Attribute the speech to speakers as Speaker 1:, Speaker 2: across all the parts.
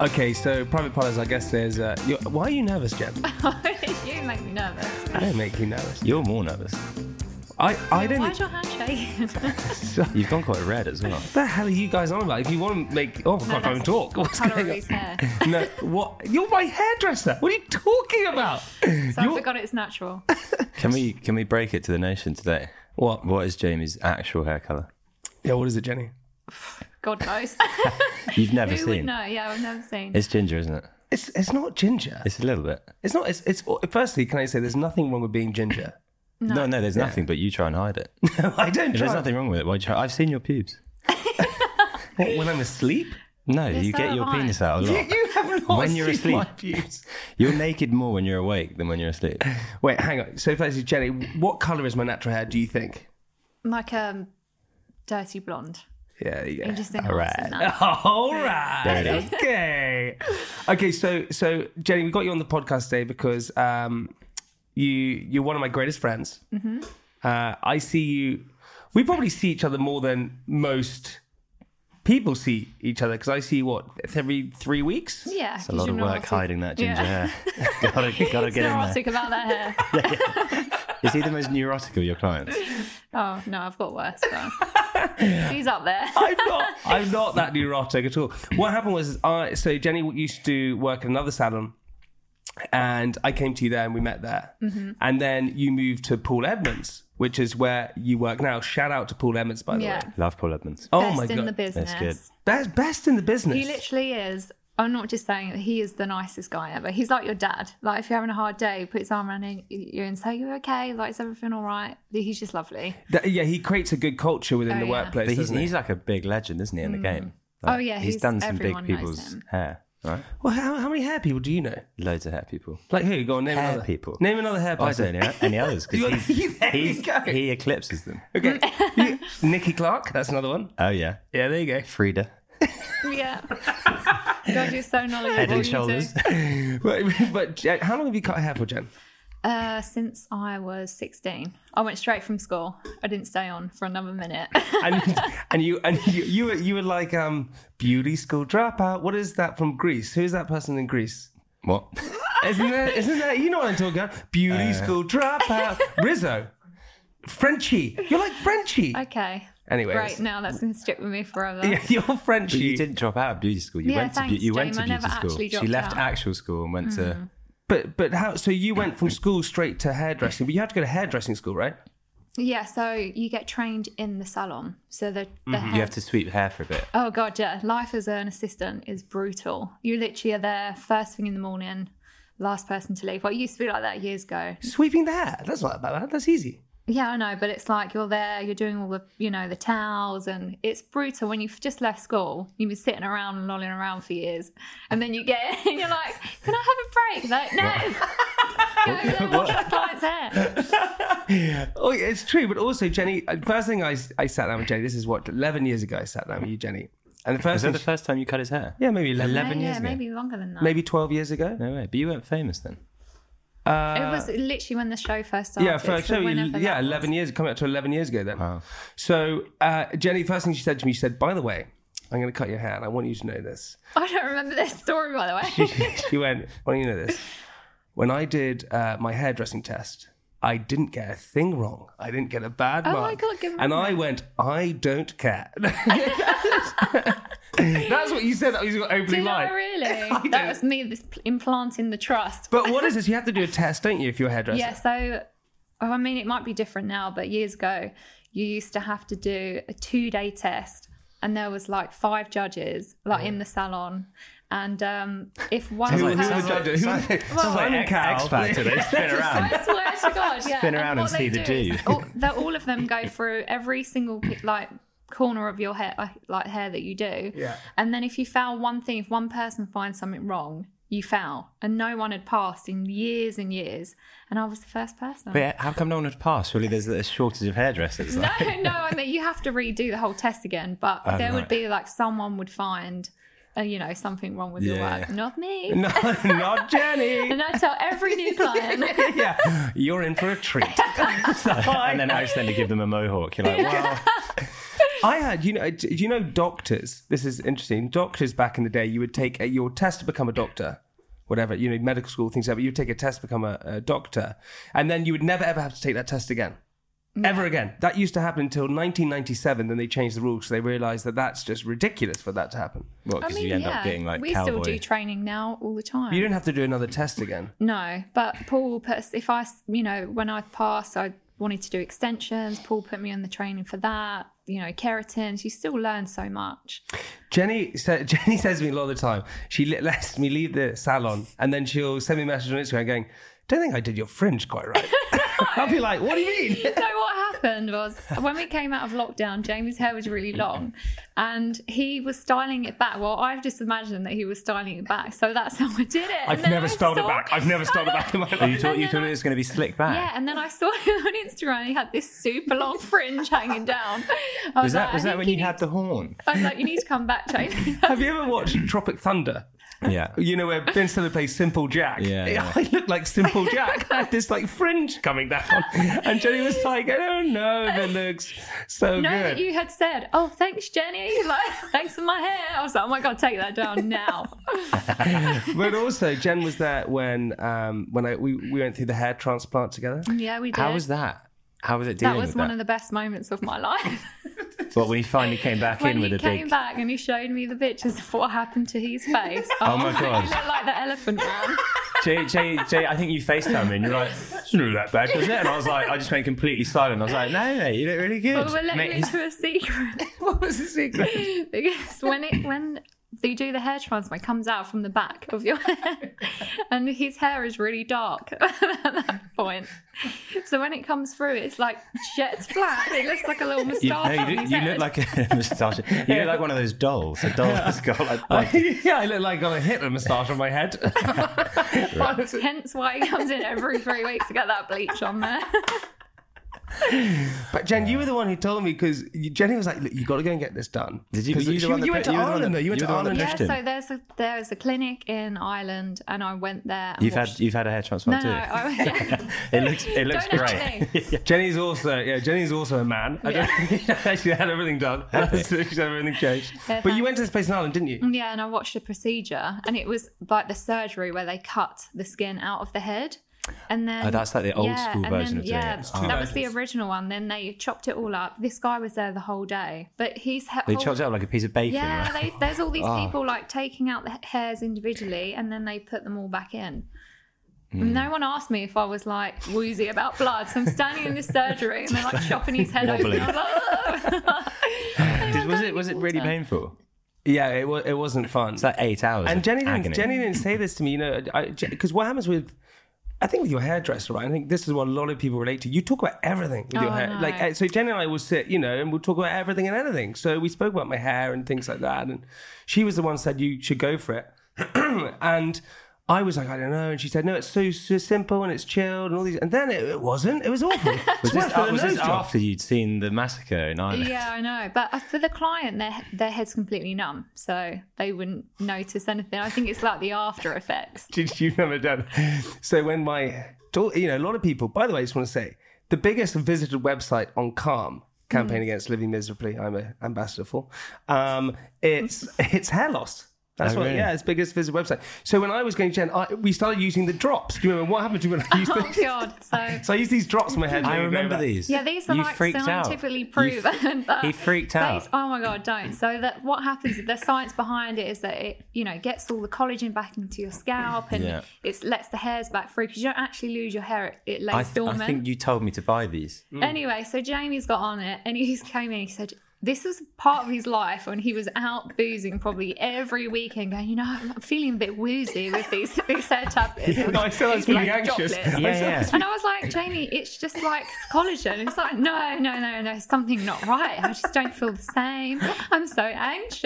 Speaker 1: Okay, so private parlors. I guess there's. Uh, you why are you nervous, Jeb?
Speaker 2: you make me nervous.
Speaker 1: I don't make you nervous.
Speaker 3: You're more nervous.
Speaker 1: I, I don't.
Speaker 2: Why's your hand shaking?
Speaker 3: You've gone quite red as well.
Speaker 1: What the hell are you guys on about? If you want to make, oh, I can't
Speaker 2: that's
Speaker 1: even talk. What's
Speaker 2: Colour of
Speaker 1: going
Speaker 2: his hair.
Speaker 1: on? No, what? You're my hairdresser. What are you talking about?
Speaker 2: So I
Speaker 1: You're-
Speaker 2: forgot it's natural.
Speaker 3: Can we can we break it to the nation today?
Speaker 1: What?
Speaker 3: What is Jamie's actual hair color?
Speaker 1: Yeah, what is it, Jenny?
Speaker 2: God knows.
Speaker 3: You've never
Speaker 2: Who would
Speaker 3: seen.
Speaker 2: know? Yeah, I've never seen.
Speaker 3: It's ginger, isn't it?
Speaker 1: It's it's not ginger.
Speaker 3: It's a little bit.
Speaker 1: It's not. It's it's. Firstly, can I say there's nothing wrong with being ginger.
Speaker 3: No, no, there's nothing. But you try and hide it.
Speaker 1: No, I don't.
Speaker 3: There's
Speaker 1: Try.
Speaker 3: nothing wrong with it. Why do you try? I've seen your pubes.
Speaker 1: What, when I'm asleep,
Speaker 3: No, you
Speaker 2: so
Speaker 3: get your
Speaker 2: have I.
Speaker 3: penis out a lot.
Speaker 1: you have not
Speaker 3: When you're
Speaker 1: seen my
Speaker 3: asleep.
Speaker 1: views.
Speaker 3: You're naked more when you're awake than when you're asleep.
Speaker 1: Wait, hang on. So, firstly, Jenny, what colour is my natural hair? Do you think?
Speaker 2: like um, dirty blonde.
Speaker 1: Yeah, yeah.
Speaker 2: You just think,
Speaker 3: All
Speaker 2: All
Speaker 3: right.
Speaker 2: right.
Speaker 1: All right.
Speaker 3: There it is.
Speaker 1: Okay. Okay. So, so Jenny, we got you on the podcast today because um, you you're one of my greatest friends.
Speaker 3: Mm-hmm.
Speaker 1: Uh, I see you. We probably see each other more than most people see each other because I see you, what every three weeks.
Speaker 2: Yeah,
Speaker 3: It's a lot of work hiding that ginger
Speaker 2: Yeah.
Speaker 3: hair. gotta gotta get in there.
Speaker 2: Neurotic about that hair.
Speaker 3: Is he the most neurotic of your clients?
Speaker 2: Oh no, I've got worse. But he's up there.
Speaker 1: I'm not. I'm not that neurotic at all. What happened was, is I so Jenny used to work in another salon, and I came to you there and we met there,
Speaker 2: Mm-hmm.
Speaker 1: and then you moved to Paul Edmonds, which is where you work now. Shout out to Paul Edmonds, by the
Speaker 2: Yeah.
Speaker 1: way.
Speaker 3: Love Paul Edmonds.
Speaker 1: Oh
Speaker 2: Best
Speaker 1: my
Speaker 2: in
Speaker 1: god,
Speaker 2: the business.
Speaker 3: good.
Speaker 1: best best in the business.
Speaker 2: He literally is. I'm not just saying that he is the nicest guy ever. He's like your dad. Like if you're having a hard day, put his arm around you and say you're okay. Like is everything all right? He's just lovely.
Speaker 1: That- yeah, he creates a good culture within
Speaker 2: Oh,
Speaker 1: the
Speaker 2: yeah.
Speaker 1: workplace.
Speaker 3: But he's,
Speaker 1: doesn't he?
Speaker 3: he's like a big legend, isn't he, in the game? Like,
Speaker 2: Oh, yeah,
Speaker 3: he's,
Speaker 2: he's-
Speaker 3: done some big
Speaker 2: everyone knows
Speaker 3: people's
Speaker 2: him.
Speaker 3: hair, right?
Speaker 1: well, how, how many hair people do you know?
Speaker 3: Loads of hair people.
Speaker 1: Like who? Go on, name
Speaker 3: Hair
Speaker 1: another.
Speaker 3: people. Oh,
Speaker 1: Name another hair
Speaker 3: I
Speaker 1: person.
Speaker 3: don't know any others
Speaker 1: You-
Speaker 3: because
Speaker 1: there you go.
Speaker 3: he eclipses them.
Speaker 1: Okay, You- Nikki Clark. That's another one.
Speaker 3: Oh yeah,
Speaker 1: Yeah, there you go.
Speaker 3: Frida,
Speaker 2: Yeah. God, you're so knowledgeable.
Speaker 3: head
Speaker 2: you
Speaker 3: and
Speaker 2: two.
Speaker 3: shoulders.
Speaker 1: But, but Jen, how long have you cut hair for, Jen?
Speaker 2: Uh, since I was 16, I went straight from school. I didn't stay on for another minute.
Speaker 1: and and you and you you were, you were like um beauty school dropout. What is that from Greece? Who is that person in Greece?
Speaker 3: What?
Speaker 1: Isn't that isn't that you know what I'm talking about?
Speaker 3: Uh.
Speaker 1: Beauty school dropout. Rizzo, Frenchie. You're like Frenchie.
Speaker 2: okay.
Speaker 1: Anyway,
Speaker 2: Great. Now that's going to stick with me forever.
Speaker 1: yeah, you're Frenchie.
Speaker 3: But you didn't drop out of beauty school. You
Speaker 2: Yeah,
Speaker 3: went to
Speaker 2: thanks,
Speaker 3: beau- you
Speaker 2: Jamie.
Speaker 3: went to
Speaker 2: I
Speaker 3: beauty
Speaker 2: never
Speaker 3: school.
Speaker 2: actually
Speaker 3: She
Speaker 2: dropped
Speaker 3: left
Speaker 2: out. Mm-hmm.
Speaker 3: actual school and went to.
Speaker 1: But but how? So you went from school straight to hairdressing. But you had to go to hairdressing school, right?
Speaker 2: Yeah, so you get trained in the salon. So the, the
Speaker 3: You
Speaker 2: head-
Speaker 3: have to sweep hair for a bit.
Speaker 2: Oh god, yeah. Life as an assistant is brutal. You literally are there first thing in the morning, last person to leave. Well, it used to be like that years ago.
Speaker 1: Sweeping the hair. That's not that bad. That's easy.
Speaker 2: Yeah, I know, but it's like you're there, you're doing all the, you know, the towels, and it's brutal. When you've just left school, you've been sitting around and lolling around for years, and then you get in and you're like, "Can I have a break?" Like, no, go and wash my client's hair.
Speaker 1: Oh, yeah, it's true. But also, Jenny, uh, first thing I, I sat down with Jenny, this is what, 11 years ago I sat down with you, Jenny. And the first
Speaker 3: Is that
Speaker 1: thing,
Speaker 3: the first time you cut his hair?
Speaker 1: yeah, maybe 11,
Speaker 2: Yeah,
Speaker 3: 11 years ago.
Speaker 2: maybe longer than that.
Speaker 1: maybe 12 years ago.
Speaker 3: No way. But you weren't famous then.
Speaker 1: Uh,
Speaker 2: It was literally when the show first started.
Speaker 1: yeah, first
Speaker 2: so
Speaker 1: show,
Speaker 2: whenever that
Speaker 1: yeah,
Speaker 2: was.
Speaker 1: 11 years, coming up to 11 years ago then.
Speaker 3: Wow.
Speaker 1: So, uh, Jenny, first thing she said to me, she said, by the way, I'm going to cut your hair and I want you to know this.
Speaker 2: I don't remember this story, by the way.
Speaker 1: she went, "Well, you know this. When I did uh, my hairdressing test, I didn't get a thing wrong. I didn't get a bad
Speaker 2: Oh
Speaker 1: mark.
Speaker 2: my God, good
Speaker 1: and
Speaker 2: mum.
Speaker 1: I went, "I don't care." That's what you said. That was your opening
Speaker 2: Did I
Speaker 1: line.
Speaker 2: really?
Speaker 1: don't-
Speaker 2: that was me this- implanting the trust.
Speaker 1: But what is this? You have to do a test, don't you, if you're a hairdresser?
Speaker 2: Yeah, so oh, I mean, it might be different now, but years ago, you used to have to do a two-day test, and there was like five judges, like in the salon, and um, if one
Speaker 1: Who, who
Speaker 2: person,
Speaker 1: are the judges? Who are the-
Speaker 2: Well-
Speaker 1: Simon Cowell.
Speaker 3: They spin around.
Speaker 2: I swear to God, yeah.
Speaker 3: Spin around and
Speaker 2: what they
Speaker 3: see the
Speaker 2: do is
Speaker 3: Jew.
Speaker 2: All, that all of them go through every single pi- like corner of your hair, like, like hair that you do.
Speaker 1: Yeah.
Speaker 2: And then if you foul one thing, if one person finds something wrong, you foul, and no one had passed in years and years, and I was the first person.
Speaker 3: But yeah, how come no one had passed? Surely there's a shortage of hairdressers.
Speaker 2: No, no, I mean you have to redo the whole test again, but there would
Speaker 3: right.
Speaker 2: be like someone would find, uh, you know, something wrong with your
Speaker 3: Yeah.
Speaker 2: work. Not me.
Speaker 1: No, not Jenny.
Speaker 2: And I tell every new client,
Speaker 1: yeah, you're in for a treat.
Speaker 3: and then I accidentally give them a mohawk. You're like, well,
Speaker 1: I had, you know, do you know, doctors. This is interesting. Doctors back in the day, you would take a, your test to become a doctor, whatever you know, medical school things. like that, But you'd take a test to become a, a doctor, and then you would never ever have to take that test again, ever again. That used to happen until 1997. Then they changed the rules because they realised that that's just ridiculous for that to happen.
Speaker 3: Well,
Speaker 2: I
Speaker 3: because
Speaker 2: mean,
Speaker 3: you end
Speaker 2: yeah,
Speaker 3: up getting like
Speaker 2: we
Speaker 3: cowboy.
Speaker 2: still do training now all the time.
Speaker 1: You don't have to do another test again.
Speaker 2: No, but Paul will put us, if I, s- you know, when I passed, I wanted to do extensions. Paul put me on the training for that, you know, keratins. You still learn so much.
Speaker 1: Jenny sa- Jenny says to me a lot of the time, she li- lets me leave the salon and then she'll send me a message on Instagram going, don't think I did your fringe quite right. I'll be like, what do you mean?
Speaker 2: no, what happened was when we came out of lockdown, Jamie's hair was really long and he was styling it back. Well, I've just imagined that he was styling it back. So that's how I did it. And then I saw-
Speaker 1: spelled it back in my
Speaker 3: You
Speaker 1: life.
Speaker 3: thought, you
Speaker 2: then
Speaker 3: thought it was going to be slick back.
Speaker 2: Yeah, and then I saw him on Instagram. He had this super long fringe hanging down. I
Speaker 3: Was that
Speaker 2: like,
Speaker 3: was
Speaker 2: I
Speaker 3: that
Speaker 2: think
Speaker 3: when you
Speaker 2: need-
Speaker 3: had the horn?
Speaker 2: I was like, you need to come back, Jamie.
Speaker 1: Have you ever watched Tropic Thunder?
Speaker 3: Yeah.
Speaker 1: You know where Ben Stiller plays Simple Jack.
Speaker 3: Yeah, yeah.
Speaker 1: I look like Simple Jack. I had this like fringe coming down, and Jenny was like, "I don't know if it looks so
Speaker 2: No,
Speaker 1: good."
Speaker 2: that you had said, "Oh, thanks, Jenny. Like, thanks for my hair." I was like, "Oh my god, take that down now."
Speaker 1: But also, Jen was there when um, when I we, we went through the hair transplant together.
Speaker 2: yeah, we did.
Speaker 3: How was that? How was it dealing
Speaker 2: that was
Speaker 3: with
Speaker 2: one
Speaker 3: that?
Speaker 2: of the best moments of my life.
Speaker 3: Well, when he finally came back
Speaker 2: when
Speaker 3: in with
Speaker 2: he
Speaker 3: a
Speaker 2: came
Speaker 3: big.
Speaker 2: back and he showed me the pictures of what happened to his face. Oh,
Speaker 3: my God.
Speaker 2: He looked like the elephant man.
Speaker 3: Jay, Jay, Jay, I think you FaceTime me and you're like, it's not that bad, does it? And I was like, I just went completely silent. I was like, no, no, you look really good.
Speaker 2: But we're
Speaker 3: Mate,
Speaker 2: letting
Speaker 3: he's-
Speaker 2: into a secret
Speaker 1: What was the secret?
Speaker 2: because when it when they do the hair transplant, it comes out from the back of your hair, and his hair is really dark at that point. So when it comes through, it's like jet black. It looks like a little moustache.
Speaker 3: you, no, you,
Speaker 2: on
Speaker 3: do-
Speaker 2: his
Speaker 3: you
Speaker 2: head.
Speaker 3: look like a moustache. You look like one of those dolls. A doll that's got like. like
Speaker 1: yeah, I look like I got a Hitler moustache on my head.
Speaker 2: Hence why he comes in every three weeks to get that bleach on there.
Speaker 1: But Jen, you were the one who told me because Jenny was like, "Look, you got to go and get this done."
Speaker 3: Did you-
Speaker 1: 'Cause
Speaker 3: were you the one that
Speaker 1: went to
Speaker 3: put- you were the one
Speaker 1: Ireland
Speaker 3: that-
Speaker 1: though. You went
Speaker 3: you
Speaker 1: to
Speaker 3: were the one
Speaker 1: Ireland.
Speaker 3: that
Speaker 2: yeah,
Speaker 3: Christian.
Speaker 2: so there's a there's a clinic in Ireland, and I went there. And
Speaker 3: you've had
Speaker 2: watched...
Speaker 3: you've had a hair
Speaker 2: no,
Speaker 3: transplant
Speaker 2: no,
Speaker 3: too.
Speaker 2: I,
Speaker 3: it looks it looks
Speaker 2: Don't
Speaker 3: great.
Speaker 2: actually.
Speaker 1: Jenny's also yeah. Jenny's also a man. I don't
Speaker 2: Yeah.
Speaker 1: think she actually had everything done. She's had everything changed.
Speaker 2: Yeah,
Speaker 1: but you
Speaker 2: thanks.
Speaker 1: went to this place in Ireland, didn't you?
Speaker 2: Yeah, and I watched the procedure, and it was like the surgery where they cut the skin out of the head, and then
Speaker 3: Oh, that's like the old
Speaker 2: yeah,
Speaker 3: school
Speaker 2: and
Speaker 3: version
Speaker 2: then,
Speaker 3: of doing
Speaker 2: yeah,
Speaker 3: it.
Speaker 2: that
Speaker 3: Oh.
Speaker 2: was the original one. Then they chopped it all up. This guy was there the whole day, but he's he-
Speaker 3: They
Speaker 2: whole-
Speaker 3: chopped it up like a piece of bacon.
Speaker 2: Yeah,
Speaker 3: right?
Speaker 2: they, there's all these
Speaker 3: Oh.
Speaker 2: people like taking out the h- hairs individually, and then they put them all back in.
Speaker 3: Hmm.
Speaker 2: No one asked me if I was like woozy about blood, so I'm standing in this surgery and they're like chopping his head open.
Speaker 3: Wobbly.
Speaker 2: I'm like, "Oh,
Speaker 3: Did- was it was it really painful?
Speaker 1: Yeah, it was. It wasn't fun.
Speaker 3: It's like eight hours.
Speaker 1: and
Speaker 3: of
Speaker 1: Jenny didn't,
Speaker 3: agony.
Speaker 1: Jenny didn't say this to me, you know, because what happens with, I think with your hairdresser, right? I think this is what a lot of people relate to. You talk about everything with your
Speaker 2: Oh, I
Speaker 1: hair.
Speaker 2: know.
Speaker 1: Like, uh, so Jenny and I will sit, you know, and we'll talk about everything and anything. So we spoke about my hair and things like that. And she was the one who said, you should go for it. and I was like, I don't know. And she said, no, it's so, so simple and it's chilled and all these. And then it, it wasn't. It was awful.
Speaker 3: Was
Speaker 1: It's
Speaker 3: this,
Speaker 1: worse than a
Speaker 3: was this
Speaker 1: nose job.
Speaker 3: after you'd seen the massacre in Ireland?
Speaker 2: Yeah, I know. But uh, for the client, their their head's completely numb, so they wouldn't notice anything. I think it's like the after effects.
Speaker 1: did you never done? So when my dau- you know, a lot of people, by the way, I just want to say the biggest visited website on Calm
Speaker 3: Mm.
Speaker 1: campaign against living miserably. I'm a ambassador for. Um, it's it's hair loss. That's
Speaker 3: Oh,
Speaker 1: what,
Speaker 3: really?
Speaker 1: yeah, it's biggest visited website. So when I was going to Jen, I, we started using the drops. Do you remember what happened to me when I used
Speaker 2: Oh
Speaker 1: them?
Speaker 2: God! So
Speaker 1: So I used these drops in my head.
Speaker 3: I
Speaker 1: Going
Speaker 3: remember
Speaker 1: back.
Speaker 3: these.
Speaker 2: Yeah, these are
Speaker 3: you
Speaker 2: like
Speaker 3: freaked out.
Speaker 2: scientifically
Speaker 3: You
Speaker 2: proven. that
Speaker 3: he freaked
Speaker 2: these-
Speaker 3: out.
Speaker 2: oh my god, don't. So that what happens? The science behind it is that it, you know, gets all the collagen back into your scalp and
Speaker 3: Yeah.
Speaker 2: it lets the hairs back through because you don't actually lose your hair; it, it lays
Speaker 3: I, th-
Speaker 2: dormant.
Speaker 3: I think you told me to buy these.
Speaker 2: Anyway, so Jamie's got on it and he came in. He said, This was part of his life when he was out boozing probably every weekend, going, You know, I'm feeling a bit woozy with these, these hair tablets.
Speaker 1: No, I feel I was
Speaker 2: These,
Speaker 1: feeling anxious.
Speaker 2: droplets."
Speaker 3: Yeah, yeah.
Speaker 2: And I was like, Jamie, it's just like collagen. It's like, no, no, no, no, something not right. I just don't feel the same. I'm so anxious.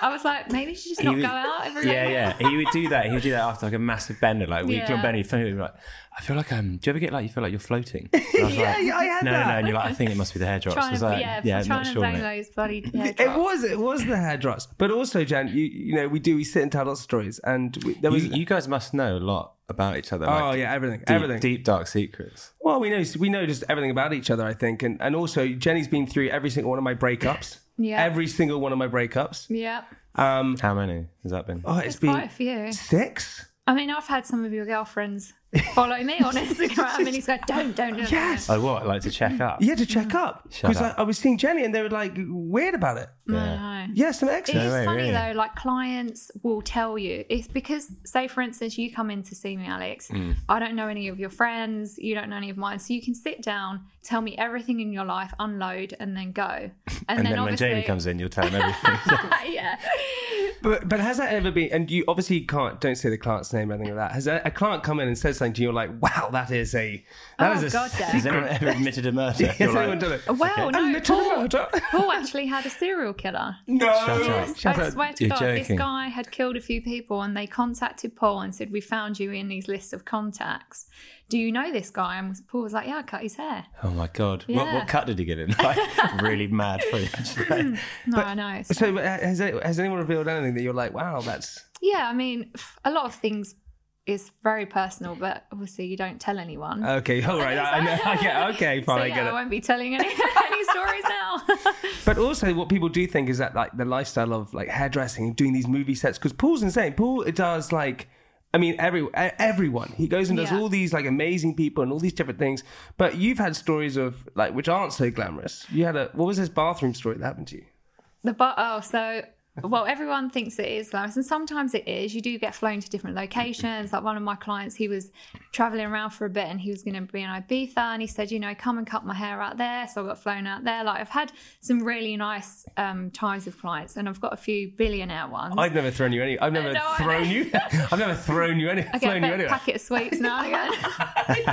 Speaker 2: I was like, maybe you should just not
Speaker 3: would-
Speaker 2: go out every
Speaker 3: Yeah,
Speaker 2: day."
Speaker 3: yeah. He would do that. He would do that after like a massive bender, like week long
Speaker 2: Yeah.
Speaker 3: bender. He'd phone me and be like, I feel like um. Do you ever get like you feel like you're floating? And I was
Speaker 1: Yeah,
Speaker 3: like,
Speaker 1: yeah, I had
Speaker 3: no, no,
Speaker 1: that.
Speaker 3: no. And you're like, I think it must be the hair drops. I
Speaker 2: Trying
Speaker 3: was
Speaker 2: to,
Speaker 3: like,
Speaker 2: yeah,
Speaker 3: yeah,
Speaker 2: trying
Speaker 3: not
Speaker 2: to
Speaker 3: sure,
Speaker 2: blame
Speaker 3: mate.
Speaker 2: those bloody
Speaker 1: It
Speaker 2: hairdrops.
Speaker 1: was it was the hair drops, but also Jan, you, you know we do we sit and tell lots of stories, and we, there
Speaker 3: You,
Speaker 1: was
Speaker 3: you guys must know a lot about each other.
Speaker 1: oh
Speaker 3: like
Speaker 1: yeah everything
Speaker 3: deep,
Speaker 1: everything.
Speaker 3: Deep dark secrets.
Speaker 1: Well, we know we know just everything about each other, I think, and and also Jenny's been through every single one of my breakups,
Speaker 2: Yeah.
Speaker 1: every single one of my breakups.
Speaker 2: Yeah,
Speaker 1: Um,
Speaker 3: How many has that been?
Speaker 1: oh,
Speaker 2: there's
Speaker 1: it's
Speaker 2: quite
Speaker 1: been
Speaker 2: a few.
Speaker 1: six.
Speaker 2: I mean, I've had some of your girlfriends follow me on Instagram, and he's like, "Don't, don't do
Speaker 1: Yes.
Speaker 2: that."
Speaker 3: I Oh, what? Like to check up.
Speaker 1: You had to check up
Speaker 3: Shut
Speaker 1: because I,
Speaker 3: up.
Speaker 1: I was seeing Jenny, and they were like weird about it.
Speaker 2: Mm.
Speaker 3: Yeah.
Speaker 2: No.
Speaker 1: Yeah, some ex.
Speaker 2: It is
Speaker 3: way,
Speaker 2: funny
Speaker 3: really.
Speaker 2: though, like clients will tell you. It's because, say, for instance, you come in to see me, Alex.
Speaker 3: Mm.
Speaker 2: I don't know any of your friends. You don't know any of mine. So you can sit down, tell me everything in your life, unload, and then go. And,
Speaker 3: And then, when Jamie comes in, you'll tell him everything.
Speaker 2: yeah.
Speaker 1: But but has that ever been? And you obviously can't. Don't say the client's name or anything like that. Has a, a client come in and said something to you? You're like, wow, that is a that
Speaker 2: Oh,
Speaker 1: is a.
Speaker 2: God, yeah.
Speaker 3: Has anyone ever admitted a murder?
Speaker 1: Has
Speaker 3: You're like,
Speaker 1: anyone done it?
Speaker 2: Well,
Speaker 1: A
Speaker 2: no.
Speaker 1: little
Speaker 2: Paul,
Speaker 1: murder.
Speaker 2: Paul actually had a serial killer.
Speaker 1: No.
Speaker 3: Shut up.
Speaker 2: Yes, I swear to
Speaker 3: You're
Speaker 2: God, this
Speaker 3: joking.
Speaker 2: guy had killed a few people, and they contacted Paul and said, "We found you in these lists of contacts. Do you know this guy?" And Paul was like, "Yeah, I cut his hair."
Speaker 3: Oh my god! What,
Speaker 2: Yeah. Mm.
Speaker 3: what cut did he get in? Like, really mad footage.
Speaker 2: No, I know. it's
Speaker 1: So uh, has has anyone revealed anything that you're like, wow, that's
Speaker 2: Yeah, I mean, f- a lot of things is very personal, but obviously you don't tell anyone.
Speaker 1: okay, all right, I, I know, I get, okay,
Speaker 2: so
Speaker 1: fine,
Speaker 2: yeah,
Speaker 1: I Uh, get
Speaker 2: I
Speaker 1: it.
Speaker 2: won't be telling any, any stories now.
Speaker 1: But also, what people do think is that like the lifestyle of like hairdressing and doing these movie sets because Paul's insane. Paul does like. I mean, every, e- everyone. He goes and does
Speaker 2: Yeah.
Speaker 1: all these like amazing people and all these different things. But you've had stories of like which aren't so glamorous. You had a what was this bathroom story that happened to you?
Speaker 2: the bar. Oh, so well, everyone thinks it is glamorous, and sometimes it is. You do get flown to different locations. Like one of my clients, he was traveling around for a bit, and he was going to be in Ibiza, and he said, you know, come and cut my hair out there. So I got flown out there. Like I've had some really nice um, times with clients, and I've got a few billionaire ones.
Speaker 1: I've never thrown you any. I've never
Speaker 2: No, I-
Speaker 1: thrown you. I've never thrown you any.
Speaker 2: I get
Speaker 1: flown
Speaker 2: a
Speaker 1: you
Speaker 2: better
Speaker 1: anywhere.
Speaker 2: packet of sweets now and again.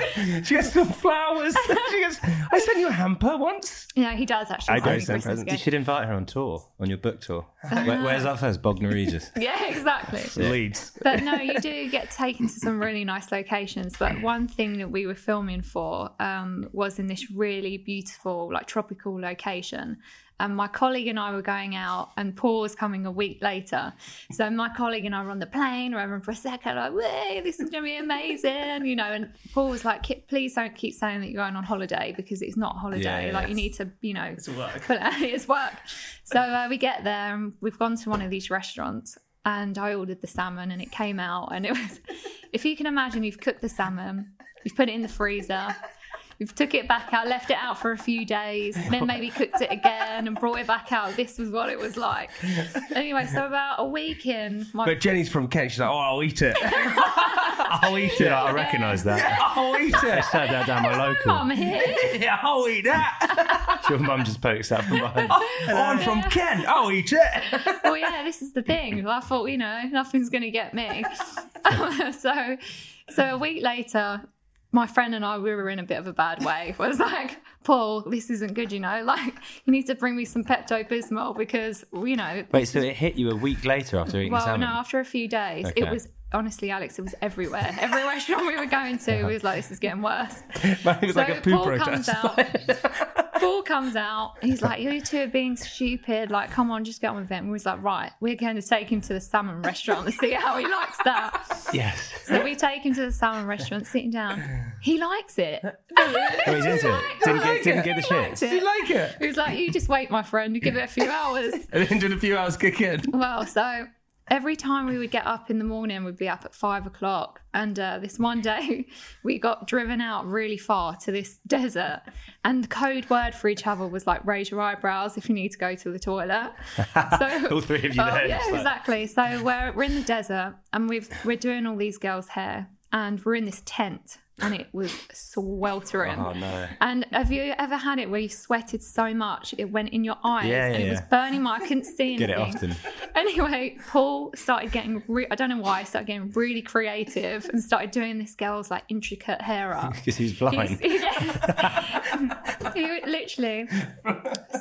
Speaker 1: She gets some flowers. she gets. I sent you a hamper once.
Speaker 2: Yeah, he does actually.
Speaker 3: I
Speaker 2: send
Speaker 3: don't
Speaker 2: me
Speaker 3: send
Speaker 2: Christmas
Speaker 3: presents. You
Speaker 2: gifts.
Speaker 3: should invite her on tour, on your book tour.
Speaker 2: Uh-huh.
Speaker 3: Where, where's our first Bognor Regis?
Speaker 2: Yeah, exactly.
Speaker 1: Leeds.
Speaker 2: But no, you do get taken to some really nice locations. But one thing that we were filming for um, was in this really beautiful, like tropical location. And my colleague and I were going out, and Paul was coming a week later. So my colleague and I were on the plane, we're having prosecco, like, "Way, this is gonna be amazing," you know. And Paul was like, "Ki- "Please don't keep saying that you're going on holiday because it's not a holiday.
Speaker 3: Yeah, yeah,
Speaker 2: like,
Speaker 3: yeah.
Speaker 2: you need to, you know,
Speaker 1: work.
Speaker 2: but uh, it's work. So uh, we get there and we've gone to one of these restaurants and I ordered the salmon and it came out and it was, if you can imagine, you've cooked the salmon, you've put it in the freezer, you've took it back out, left it out for a few days, then maybe cooked it again and brought it back out. This was what it was like. Anyway, so about a week in, my
Speaker 1: But Jenny's from Kent. She's like, oh, I'll eat it. I'll eat it.
Speaker 3: Yeah, I recognise that.
Speaker 1: I'll eat it.
Speaker 3: Served that down my local.
Speaker 2: mum here.
Speaker 1: Yeah, I'll eat that.
Speaker 3: Your mum just pokes out from behind.
Speaker 2: Oh.
Speaker 1: I'm from Kent. I'll eat it.
Speaker 2: well, yeah, this is the thing. I thought, you know, nothing's going to get me. so, so a week later, my friend and I, we were in a bit of a bad way. Was like, Paul, this isn't good, you know. Like, you need to bring me some Pepto Bismol because, you know,
Speaker 3: Wait, so it hit you a week later after eating
Speaker 2: well,
Speaker 3: salmon?
Speaker 2: no, after a few days, it
Speaker 3: Okay.
Speaker 2: was honestly, Alex, it was everywhere. Every restaurant we were going to, it was like, this is getting worse.
Speaker 1: It was like
Speaker 2: So
Speaker 1: a poo
Speaker 2: Paul
Speaker 1: protest.
Speaker 2: comes out. Paul comes out. He's like, "You two are being stupid. Like, come on, just get on with it." And we was like, "Right, we're going to take him to the salmon restaurant and see how he likes that."
Speaker 3: Yes.
Speaker 2: So we take him to the salmon restaurant, sitting down. He likes it.
Speaker 3: Oh, he's into it. Didn't get, didn't get the shit.
Speaker 1: Do you like it?
Speaker 2: He was like, "You just wait, my friend. Give it a few hours."
Speaker 1: And then did a few hours kick in.
Speaker 2: Well, so every time we would get up in the morning, we'd be up at five o'clock. And uh, this one day, we got driven out really far to this desert. And the code word for each other was like, raise your eyebrows if you need to go to the toilet. So
Speaker 3: All three of you
Speaker 2: Oh,
Speaker 3: there.
Speaker 2: yeah,
Speaker 3: just like-
Speaker 2: exactly. So we're, we're in the desert and we've, we're doing all these girls' hair and we're in this tent and it was sweltering.
Speaker 3: Oh, no.
Speaker 2: And have you ever had it where you sweated so much it went in your eyes
Speaker 3: Yeah,
Speaker 2: and it
Speaker 3: yeah,
Speaker 2: was
Speaker 3: yeah.
Speaker 2: burning my I couldn't see anything.
Speaker 3: Get it often.
Speaker 2: Anyway, Paul started getting re- I don't know why, started getting really creative and started doing this girl's like intricate hair up.
Speaker 3: Because he's
Speaker 2: He's,
Speaker 3: blind.
Speaker 2: yeah. he would- literally.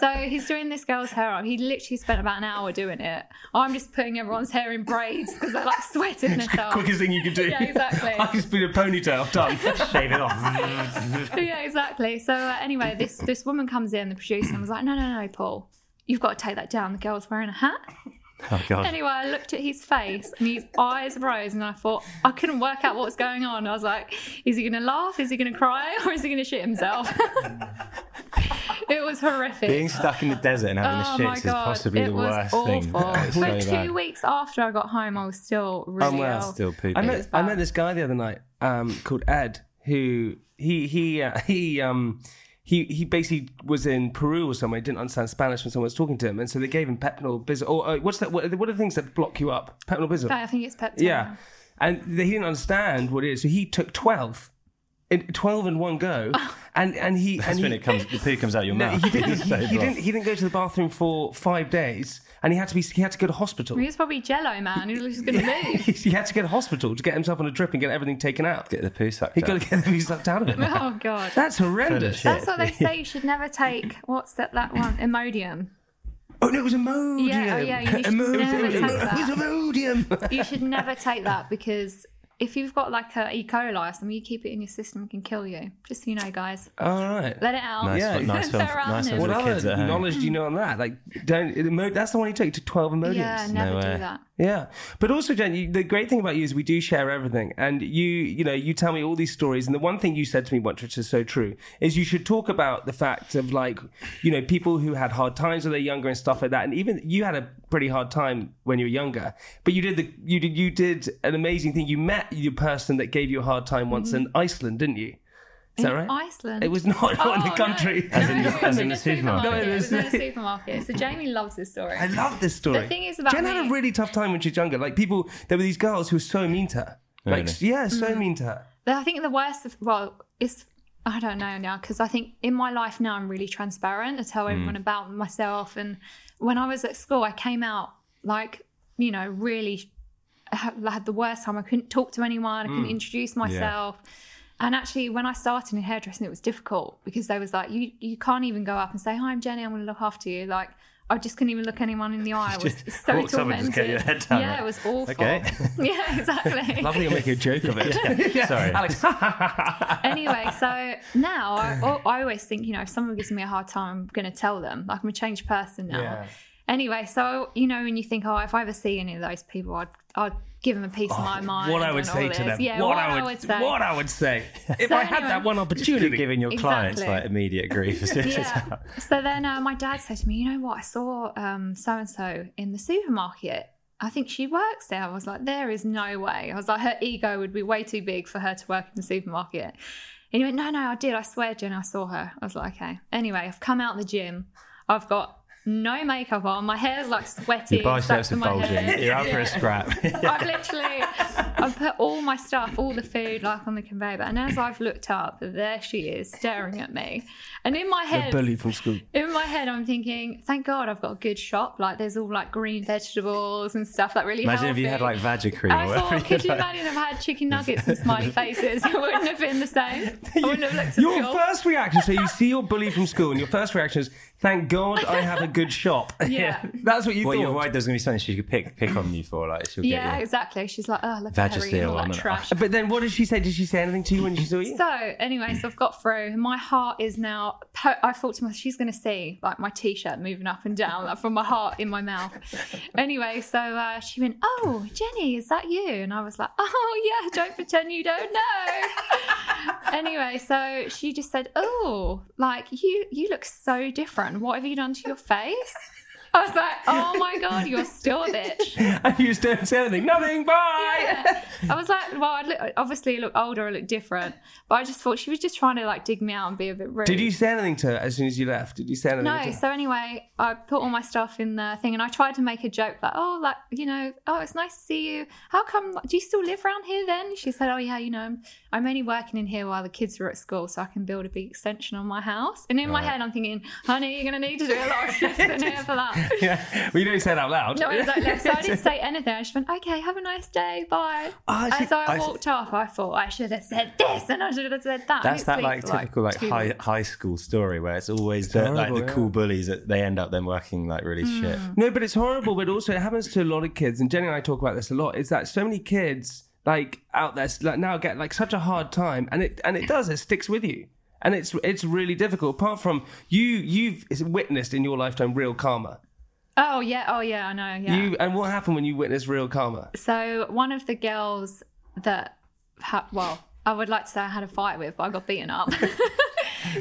Speaker 2: So he's doing this girl's hair up. He literally spent about an hour doing it. I'm just putting everyone's hair in braids because they're like sweating themselves.
Speaker 1: Quickest thing you could do.
Speaker 2: Oh. Yeah, exactly.
Speaker 1: I just put a ponytail. Done.
Speaker 3: Shave it off.
Speaker 2: yeah, exactly. So uh, anyway, this this woman comes in, the producer, and was like, "No, no, no, Paul, you've got to take that down. The girl's wearing a hat.
Speaker 3: Oh god.
Speaker 2: Anyway, I looked at his face and his eyes rose, and I thought, I couldn't work out what was going on. I was like, is he going to laugh? Is he going to cry? Or is he going to shit himself? it was horrific.
Speaker 3: Being stuck in the desert and having
Speaker 2: Oh
Speaker 3: the
Speaker 2: my
Speaker 3: shits is
Speaker 2: god!
Speaker 3: possibly
Speaker 2: it
Speaker 3: the
Speaker 2: was
Speaker 3: worst
Speaker 2: awful.
Speaker 3: thing. It's so
Speaker 2: but two
Speaker 3: bad.
Speaker 2: weeks after I got home, I was still really
Speaker 1: Unwell.
Speaker 2: ill.
Speaker 3: Oh, Still pooping.
Speaker 1: I met I met this guy the other night um, called Ed, who he he uh, he um he he basically was in Peru or somewhere, didn't understand Spanish when someone was talking to him, and so they gave him Pepnol Bismol. Or uh, what's that? What, what are the things that block you up? Pepnol Bismol.
Speaker 2: I think it's Pepto.
Speaker 1: Yeah, and they, he didn't understand what it is, so he took twelve. In, 12 in one go
Speaker 2: Oh.
Speaker 1: and and he
Speaker 3: That's
Speaker 1: and
Speaker 3: when
Speaker 1: he,
Speaker 3: it comes. The poo comes out your
Speaker 1: no,
Speaker 3: mouth.
Speaker 1: he didn't
Speaker 3: It's
Speaker 1: he,
Speaker 3: so
Speaker 1: he
Speaker 3: gross.
Speaker 1: didn't he didn't go to the bathroom for 5 days and he had to be he had to go to hospital
Speaker 2: He was probably Jello man. He was just going to move.
Speaker 1: he had to get to hospital to get himself on a drip and get everything taken out
Speaker 3: Get the poo sucked.
Speaker 1: He
Speaker 3: up.
Speaker 1: got to get the music sucked out of it.
Speaker 2: oh god!
Speaker 1: That's horrendous.
Speaker 3: Full of
Speaker 2: That's what they say. You should never take what's that? That one, Imodium.
Speaker 1: Oh no, it was Imodium.
Speaker 2: Yeah, oh, yeah, you should
Speaker 1: Imodium.
Speaker 2: never
Speaker 1: It
Speaker 2: take
Speaker 1: was
Speaker 2: that.
Speaker 1: Imodium.
Speaker 2: You should never take that because if you've got like a E. coli or something, you keep it in your system, it can kill you. Just so you know, guys,
Speaker 1: All right.
Speaker 2: let it out.
Speaker 3: Nice,
Speaker 1: Yeah.
Speaker 3: one- nice
Speaker 2: They're
Speaker 3: film.
Speaker 2: around
Speaker 3: Nice
Speaker 2: it.
Speaker 3: film
Speaker 1: What
Speaker 3: for the kids
Speaker 1: other
Speaker 3: at home.
Speaker 1: knowledge do you know on that? Like, don't. it- Imo- That's the one he took to twelve Imodiums.
Speaker 2: yeah, never
Speaker 3: No way.
Speaker 2: do that.
Speaker 1: Yeah, but also, Jen, you, the great thing about you is we do share everything, and you, you know, you tell me all these stories. And the one thing you said to me once, which is so true, is you should talk about the fact of like, you know, people who had hard times when they're younger and stuff like that. And even you had a pretty hard time when you were younger, but you did the you did you did an amazing thing. You met the person that gave you a hard time once in Iceland, didn't you? Is that right?
Speaker 2: Mm-hmm. Iceland.
Speaker 1: It was not
Speaker 2: Oh,
Speaker 1: in the
Speaker 2: no.
Speaker 1: country.
Speaker 3: As in-
Speaker 2: No,
Speaker 3: as
Speaker 2: it was
Speaker 3: in the supermarket.
Speaker 1: No, it
Speaker 2: It was in the
Speaker 1: was-
Speaker 2: supermarket. So Jamie loves this story.
Speaker 1: I love this story.
Speaker 2: The thing is about
Speaker 1: Jen had
Speaker 2: me-
Speaker 1: a really tough time when she was younger. Like people, there were these girls who were so mean to her. Like
Speaker 3: Really?
Speaker 1: yeah, so
Speaker 2: Mm.
Speaker 1: mean to her.
Speaker 2: I think the worst of well, it's I don't know now because I think in my life now I'm really transparent. I
Speaker 3: Mm.
Speaker 2: tell everyone about myself, and when I was at school, I came out like you know really I had I had the worst time. I couldn't talk to anyone. I couldn't
Speaker 3: Mm.
Speaker 2: introduce myself. And actually, when I started in hairdressing, it was difficult because they was like, "You you can't even go up and say hi, I'm Jenny. I'm going to look after you." Like I just couldn't even look anyone in the eye. It was
Speaker 3: Just
Speaker 2: so
Speaker 3: walks up and
Speaker 2: tormenting.
Speaker 3: just get your head down,
Speaker 2: yeah,
Speaker 3: right?
Speaker 2: it was awful.
Speaker 3: Okay.
Speaker 2: yeah, exactly.
Speaker 1: Lovely, you're making a joke of it.
Speaker 3: Sorry.
Speaker 1: Alex.
Speaker 2: anyway, so now I, I always think, you know, if someone gives me a hard time, I'm going to tell them. Like, I'm a changed person now.
Speaker 1: Yeah.
Speaker 2: Anyway, so, you know, when you think, oh, if I ever see any of those people, I'd, I'd give them a piece of my mind.
Speaker 1: Oh, what I would
Speaker 2: and all
Speaker 1: say to
Speaker 2: this.
Speaker 1: them.
Speaker 2: Yeah,
Speaker 1: what, I would,
Speaker 2: say.
Speaker 1: What I would say. If
Speaker 2: So
Speaker 1: I had
Speaker 2: anyway-
Speaker 1: that one
Speaker 3: You're
Speaker 1: opportunity.
Speaker 3: giving your clients
Speaker 2: Exactly.
Speaker 3: like immediate grief. as soon as it's
Speaker 2: yeah.
Speaker 3: out.
Speaker 2: So then uh, my dad said to me, you know what? I saw so and so in the supermarket. I think she works there. I was like, there is no way. I was like, her ego would be way too big for her to work in the supermarket. And he went, no, no, I did. I swear, Jen, I saw her. I was like, okay. Anyway, I've come out the gym. I've got no makeup on. My hair's like sweaty.
Speaker 3: Your biceps
Speaker 2: stuck to
Speaker 3: are
Speaker 2: my hair.
Speaker 3: bulging. You're out for a scrap.
Speaker 2: I've literally I put all my stuff, all the food, like on the conveyor belt. And as I've looked up, there she is staring at me. And in my head,
Speaker 1: bully from school.
Speaker 2: in my head, I'm thinking, thank God I've got a good shop. Like there's all like green vegetables and stuff that really
Speaker 3: Imagine if you had
Speaker 2: healthy.
Speaker 3: like Vajra cream
Speaker 2: I
Speaker 3: or whatever.
Speaker 2: thought, could you
Speaker 3: you'd like.
Speaker 2: imagine if I had chicken nuggets and smiley faces? It wouldn't have been the same. I wouldn't have looked at
Speaker 1: Your
Speaker 2: the door.
Speaker 1: first reaction, so you see your bully from school, and your first reaction is, "Thank God I have a good shop."
Speaker 2: Yeah.
Speaker 1: that's what you
Speaker 3: Well,
Speaker 1: thought.
Speaker 3: you're worried there's gonna be something she could pick pick on you for, like she'll
Speaker 2: Yeah,
Speaker 3: get you.
Speaker 2: exactly. She's like, oh, look at her eating
Speaker 3: Vagisil,
Speaker 2: all
Speaker 3: I'm
Speaker 2: that
Speaker 3: an-
Speaker 2: trash.
Speaker 1: But then, what did she say? Did she say anything to you when she saw you?
Speaker 2: So anyway, so I've got through. My heart is now. Po- I thought to myself, she's going to see like my t-shirt moving up and down like, from my heart in my mouth. anyway, so uh, she went, "Oh, Jenny, is that you?" And I was like, "Oh yeah, don't pretend you don't know." anyway, so she just said, "Oh, like you, you look so different. What have you done to your face?" I was like, "Oh my god, you're still a bitch."
Speaker 1: and you just don't say anything. Nothing. Bye.
Speaker 2: I was like, well, I look, obviously I look older, I look different, but I just thought she was just trying to like dig me out and be a bit rude.
Speaker 1: Did you say anything to her as soon as you left? Did you say anything? to
Speaker 2: No.
Speaker 1: her?
Speaker 2: So anyway, I put all my stuff in the thing, and I tried to make a joke like, oh, like you know, oh, it's nice to see you. How come? like, Do you still live around here? Then she said, oh yeah, you know, I'm, I'm only working in here while the kids are at school, so I can build a big extension on my house. And in my
Speaker 3: Right.
Speaker 2: head, I'm thinking, honey, you're gonna need to do a lot of shifts in here for that.
Speaker 1: yeah. Well, you don't say it out loud.
Speaker 2: No, exactly. So I didn't say anything. I just went, okay, have a nice day, bye.
Speaker 1: Ah, she-
Speaker 2: As I,
Speaker 3: I-
Speaker 2: walked off, I thought I should have said this and I should have said that. And
Speaker 3: That's
Speaker 2: it
Speaker 3: that
Speaker 2: sleeps
Speaker 3: like
Speaker 2: for,
Speaker 3: typical like
Speaker 2: two
Speaker 3: high
Speaker 2: weeks.
Speaker 3: high school story where it's always the like
Speaker 1: horrible,
Speaker 3: the
Speaker 1: yeah.
Speaker 3: cool bullies that they end up then working like really shit.
Speaker 2: Hmm.
Speaker 1: No, but it's horrible. But also, it happens to a lot of kids, and Jenny and I talk about this a lot. Is that so many kids like out there like now get like such a hard time, and it and it does it sticks with you. and it's it's really difficult. Apart from you, you've witnessed in your lifetime real karma.
Speaker 2: Oh yeah, oh yeah, I know. Yeah.
Speaker 1: You and what happened when you witnessed real karma?
Speaker 2: So one of the girls that, ha- well, I would like to say I had a fight with, but I got beaten up.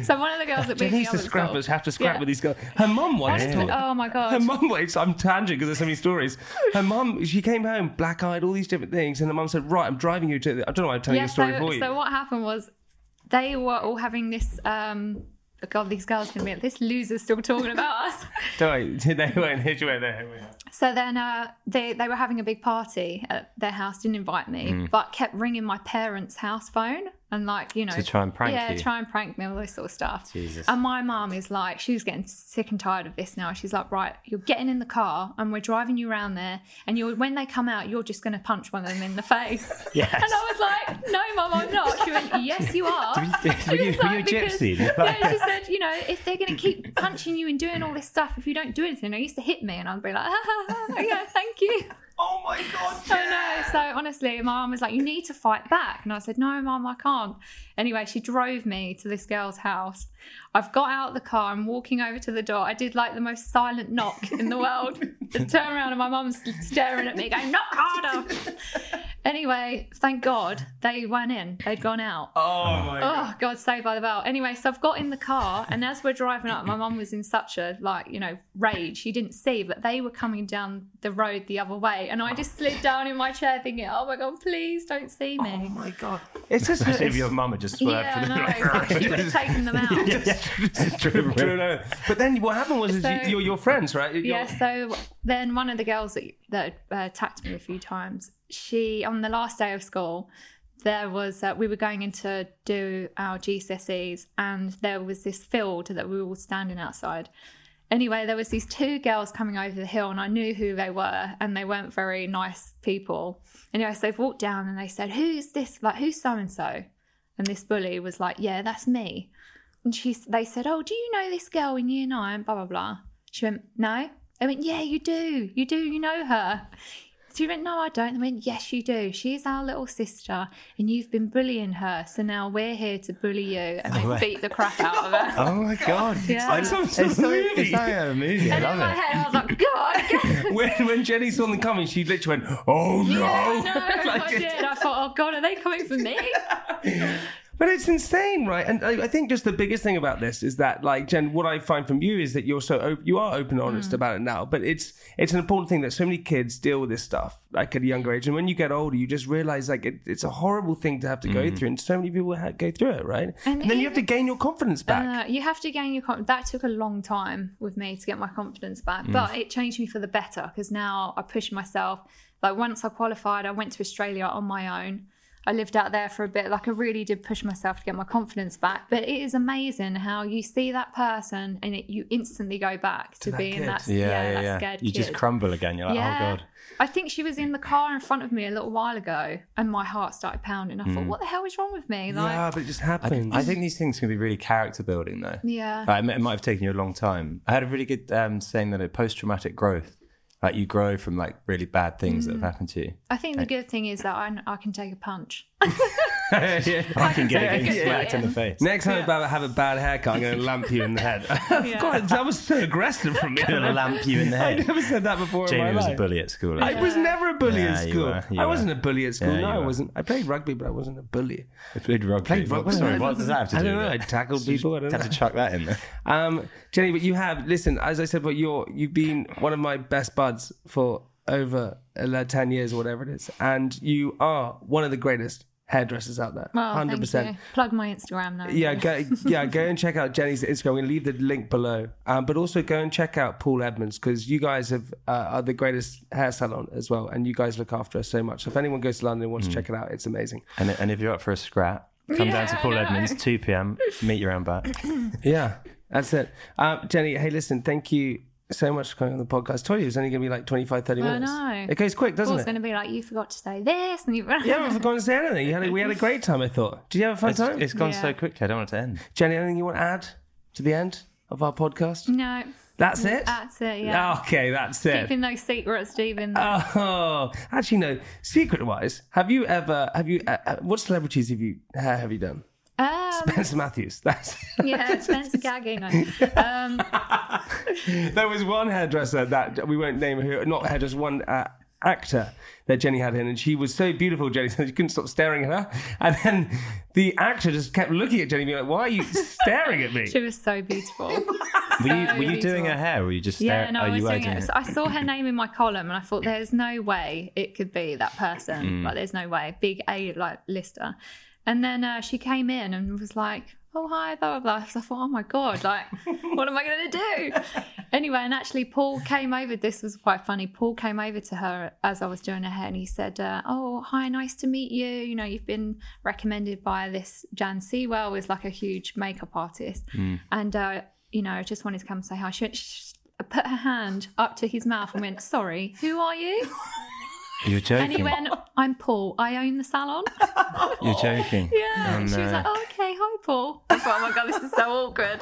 Speaker 2: so one of the girls that beat me
Speaker 1: Denise
Speaker 2: up
Speaker 1: the
Speaker 2: at school-
Speaker 1: scrappers have to scrap
Speaker 2: Yeah.
Speaker 1: with these guys. Her mum once.
Speaker 2: Honestly,
Speaker 1: told-
Speaker 2: Oh my
Speaker 1: Her
Speaker 2: god.
Speaker 1: mum, wait, I'm tangent because there's so many stories. Her mum, she came home black eyed, all these different things, and the mum said, Right, I'm driving you to, the, I don't know why I'm telling you a story
Speaker 2: so,
Speaker 1: for you.
Speaker 2: so what happened was they were all having this. um God, these girls can be this loser's still talking about us.
Speaker 1: Don't worry, they won't hit you out there.
Speaker 2: So then uh, they they were having a big party at their house, didn't invite me,
Speaker 3: Mm.
Speaker 2: but kept ringing my parents' house phone and like you know
Speaker 3: To try and prank
Speaker 2: yeah,
Speaker 3: you.
Speaker 2: try and prank me, all this sort of stuff.
Speaker 3: Jesus.
Speaker 2: And my mum is like, she's getting sick and tired of this now. She's like, right, you're getting in the car and we're driving you around there, and you are when they come out, you're just going to punch one of them in the face.
Speaker 3: Yes.
Speaker 2: And I was like, no, mum, I'm not. She went, yes, you are.
Speaker 3: Were you,
Speaker 2: It's
Speaker 3: were you a
Speaker 2: like because-
Speaker 3: gypsy?
Speaker 2: Yeah, she said, you know, if they're going to keep punching you and doing all this stuff, if you don't do anything, they used to hit me, and I'd be like, ah, ah, ah, yeah, thank you.
Speaker 1: Oh my God.
Speaker 2: I know. So honestly, my mum was like, you need to fight back, and I said, no, mum, I can't. Anyway, she drove me to this girl's house. I've got out of the car. I'm walking over to the door. I did like the most silent knock in the world. and turn around, and my mum's staring at me, going, knock harder. anyway, thank God they went in. They'd gone out.
Speaker 1: Oh my God.
Speaker 2: Oh God, saved by the bell. Anyway, so I've got in the car, and as we're driving up, my mum was in such a like, you know, rage. She didn't see, but they were coming down the road the other way, and I just slid down in my chair, thinking, "Oh my God, please don't see me."
Speaker 1: Oh my God. It's just. It's,
Speaker 3: If your mum had just swerved
Speaker 2: yeah,
Speaker 3: for the
Speaker 2: no, like, she would have taken them out. yeah.
Speaker 3: Driven with-
Speaker 1: True, no. But then what happened was is
Speaker 2: So-
Speaker 1: you, you're your friends, right? You're-
Speaker 2: So then one of the girls that that uh, attacked me a few times, she on the last day of school. There was uh, we were going in to do our GCSEs, and there was this field that we were all standing outside, anyway, there was these two girls coming over the hill, and I knew who they were, and they weren't very nice people. Anyway, so they've walked down, and they said, "Who's this? Like, who's so and so?" And this bully was like, "Yeah, that's me." And she, they said, "Oh, do you know this girl in year nine? Blah blah blah." She went, "No." They went, "Yeah, you do. You do. You know her." She went, No, I don't. They went, Yes, you do. She's our little sister, and you've been bullying her. So now we're here to bully you. And they
Speaker 3: right.
Speaker 2: beat the crap out of her.
Speaker 3: Oh my god!
Speaker 2: Yeah. like some
Speaker 1: sort of
Speaker 3: it's so,
Speaker 1: movie.
Speaker 3: It's like a movie. I
Speaker 2: and in my
Speaker 3: love it.
Speaker 2: head, I was like, God,
Speaker 1: When, when Jenny saw them coming, she literally went, "Oh no!"
Speaker 2: Yeah, I know,
Speaker 1: Like,
Speaker 2: I did. I thought, oh god, are they coming for me?
Speaker 1: But it's insane, right? And I, I think just the biggest thing about this is that, like Jen, what I find from you is that you're so op- you are open,
Speaker 2: Hmm.
Speaker 1: and honest about it now. But it's it's an important thing that so many kids deal with this stuff like at a younger age, and when you get older, you just realize like it, it's a horrible thing to have to
Speaker 3: Hmm.
Speaker 1: go through, and so many people ha- go through it, right? And,
Speaker 2: And
Speaker 1: then you have to
Speaker 2: even-
Speaker 1: gain your confidence back.
Speaker 2: Uh, you have to gain your confidence. That took a long time with me to get my confidence
Speaker 3: Mm.
Speaker 2: back, but it changed me for the better because now I push myself. Like once I qualified, I went to Australia on my own. I lived out there for a bit. Like I really did push myself to get my confidence back. But it is amazing how you see that person and it, you instantly go back to,
Speaker 1: that
Speaker 2: being
Speaker 1: kid.
Speaker 2: that,
Speaker 3: Yeah,
Speaker 2: yeah,
Speaker 3: yeah,
Speaker 2: that
Speaker 3: yeah.
Speaker 2: scared
Speaker 3: You just
Speaker 2: kid.
Speaker 3: crumble again. You're like, oh god.
Speaker 2: I think she was in the car in front of me a little while ago and my heart started pounding. I
Speaker 3: Mm.
Speaker 2: thought, what the hell is wrong with me?
Speaker 1: yeah,
Speaker 2: uh, Like,
Speaker 1: but it just
Speaker 3: I,
Speaker 1: happens.
Speaker 3: I think these things can be really character building, though.
Speaker 2: yeah.
Speaker 3: Like, it mi- it might have taken you a long time. I had a really good um, saying that it post traumatic growth. Like you grow from like really bad things that
Speaker 2: Mm.
Speaker 3: have happened to you.
Speaker 2: I think the good thing is that I, I can take a punch.
Speaker 3: I
Speaker 2: take a
Speaker 3: can get getting
Speaker 2: good
Speaker 3: smacked in
Speaker 2: beating.
Speaker 3: the face.
Speaker 1: Next time I have a bad haircut, I'm going to lamp you in the head. God, that was so aggressive from me.
Speaker 3: Gonna lamp you in the
Speaker 1: I
Speaker 3: head.
Speaker 1: never said that before in my
Speaker 3: Jamie was a
Speaker 1: life.
Speaker 3: bully at school.
Speaker 1: I was never a bully
Speaker 3: Yeah,
Speaker 1: at
Speaker 3: you
Speaker 1: school.
Speaker 3: were, you
Speaker 1: I
Speaker 3: were.
Speaker 1: wasn't a bully at school.
Speaker 3: Yeah,
Speaker 1: no,
Speaker 3: you
Speaker 1: I
Speaker 3: were.
Speaker 1: wasn't. I played rugby, but I wasn't a bully.
Speaker 3: I played rugby.
Speaker 1: Played rugby.
Speaker 3: Sorry, what does that have to
Speaker 1: I
Speaker 3: do?
Speaker 1: don't know.
Speaker 3: with
Speaker 1: I
Speaker 3: it?
Speaker 1: tackled people. I don't
Speaker 3: Had to
Speaker 1: know.
Speaker 3: chuck that in there.
Speaker 1: Um, Jenny, but you have listen. As I said, but you're you've been one of my best buds for over uh, like, ten years or whatever it is, and you are one of the greatest hairdressers out there.
Speaker 2: Well,
Speaker 1: Hundred percent.
Speaker 2: Oh, Thank you. Plug my Instagram now.
Speaker 1: Yeah, go, yeah, go and check out Jenny's Instagram. We're gonna leave the link below, um, but also go and check out Paul Edmonds because you guys have uh, are the greatest hair salon as well, and you guys look after us so much. So if anyone goes to London and
Speaker 3: Mm.
Speaker 1: wants to check it out, it's amazing.
Speaker 3: And, and if you're up for a scrap, come down to
Speaker 2: Yeah, I
Speaker 3: Paul
Speaker 2: know.
Speaker 3: Edmonds, 2 p.m. Meet your own back.
Speaker 1: Yeah, that's it. Um, Jenny, hey, listen, thank you so much for coming on the podcast. told you it was only gonna be like 25, 30
Speaker 2: I
Speaker 1: minutes.
Speaker 2: know.
Speaker 1: It goes quick, doesn't
Speaker 2: Paul's
Speaker 1: it?
Speaker 2: going to be like, you forgot to say this. And you
Speaker 1: You haven't forgotten to say anything. You had a, we had a great time, I thought. Did you have a fun
Speaker 3: It's,
Speaker 1: time?
Speaker 3: it's gone so
Speaker 2: Yeah.
Speaker 3: quickly. I don't want it to end.
Speaker 1: Jenny, anything you want to add to the end of our podcast?
Speaker 2: No,
Speaker 1: That's it?
Speaker 2: that's it. Mm, uh, Yeah.
Speaker 1: Okay, that's it.
Speaker 2: Keeping those secrets, Stephen.
Speaker 1: Oh, actually, no. Secret wise, have you ever? Have you? Uh, uh, what celebrities have you? Uh, have you done?
Speaker 2: Um,
Speaker 1: Spencer Matthews. That's
Speaker 2: yeah, Spencer Gagging. Um,
Speaker 1: there was one hairdresser that we won't name who, not hairdresser, one uh, actor that Jenny had in, and she was so beautiful, Jenny, so she couldn't stop staring at her. And then the actor just kept looking at Jenny, being like, "Why are you staring at me?"
Speaker 2: she was so beautiful.
Speaker 3: Were
Speaker 2: So
Speaker 3: you, were you doing
Speaker 2: beautiful.
Speaker 3: her hair? Or were you just
Speaker 2: Yeah,
Speaker 3: staring?
Speaker 2: no,
Speaker 3: oh,
Speaker 2: I was
Speaker 3: you were
Speaker 2: doing it. So I saw her name in my column, and I thought, "There's no way it could be that
Speaker 3: Mm.
Speaker 2: person. Like, there's no way." Big A like lister, and then uh, she came in and was like, "Oh hi, blah blah blah." So I thought, "Oh my god, like, what am I going to do?" Anyway, and actually, Paul came over. This was quite funny. Paul came over to her as I was doing her hair, and he said, uh, "Oh hi, nice to meet you. You know, you've been recommended by this Jan Sewell, who's like a huge makeup artist,
Speaker 3: Mm.
Speaker 2: and." Uh, you know, just wanted to come say hi. She went, "Shh," put her hand up to his mouth and went, Sorry, who are you?
Speaker 3: You're
Speaker 2: And he
Speaker 3: joking.
Speaker 2: went, I'm Paul. I own the salon.
Speaker 3: You're joking.
Speaker 2: Yeah.
Speaker 3: Oh,
Speaker 2: and she was
Speaker 3: no.
Speaker 2: like, Oh, okay. Hi, Paul. I thought, Oh my God, this is so awkward.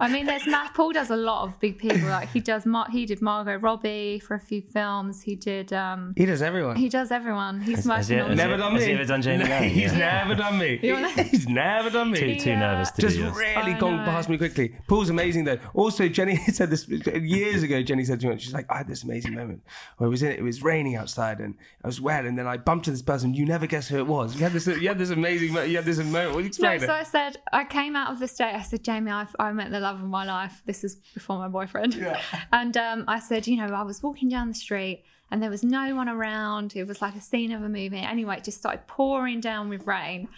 Speaker 2: I mean, there's Matt. Paul does a lot of big people. Like, he does, Mar- he did Margot Robbie for a few films. He did, um,
Speaker 1: He does everyone.
Speaker 2: he does everyone. He's most
Speaker 3: it-
Speaker 2: knowledgeable.
Speaker 3: is
Speaker 1: never
Speaker 3: Has he-
Speaker 1: done
Speaker 3: has
Speaker 1: me.
Speaker 3: he ever done Jane Lane?
Speaker 1: He's
Speaker 3: Yeah.
Speaker 1: never done me.
Speaker 2: wanna-
Speaker 1: He's never done me.
Speaker 3: Too, too
Speaker 2: Yeah.
Speaker 3: nervous to
Speaker 1: just
Speaker 3: do yours.
Speaker 1: really
Speaker 2: I
Speaker 1: gone
Speaker 2: know.
Speaker 1: past me quickly. Paul's amazing though. Also, Jenny said this years ago. Jenny said to me, she's like, I had this amazing moment where it was in, it was raining outside and I was wet, and then I bumped into this person. You never guess who it was. You had this, you had this amazing, mo- you had this moment. Well,
Speaker 2: No,
Speaker 1: explain
Speaker 2: so
Speaker 1: it.
Speaker 2: I said, I came out of the state. I said, Jamie, I've, I met the love of my life. This is before my boyfriend. And um, I said, you know, I was walking down the street and there was no one around. It was like a scene of a movie. Anyway, it just started pouring down with rain.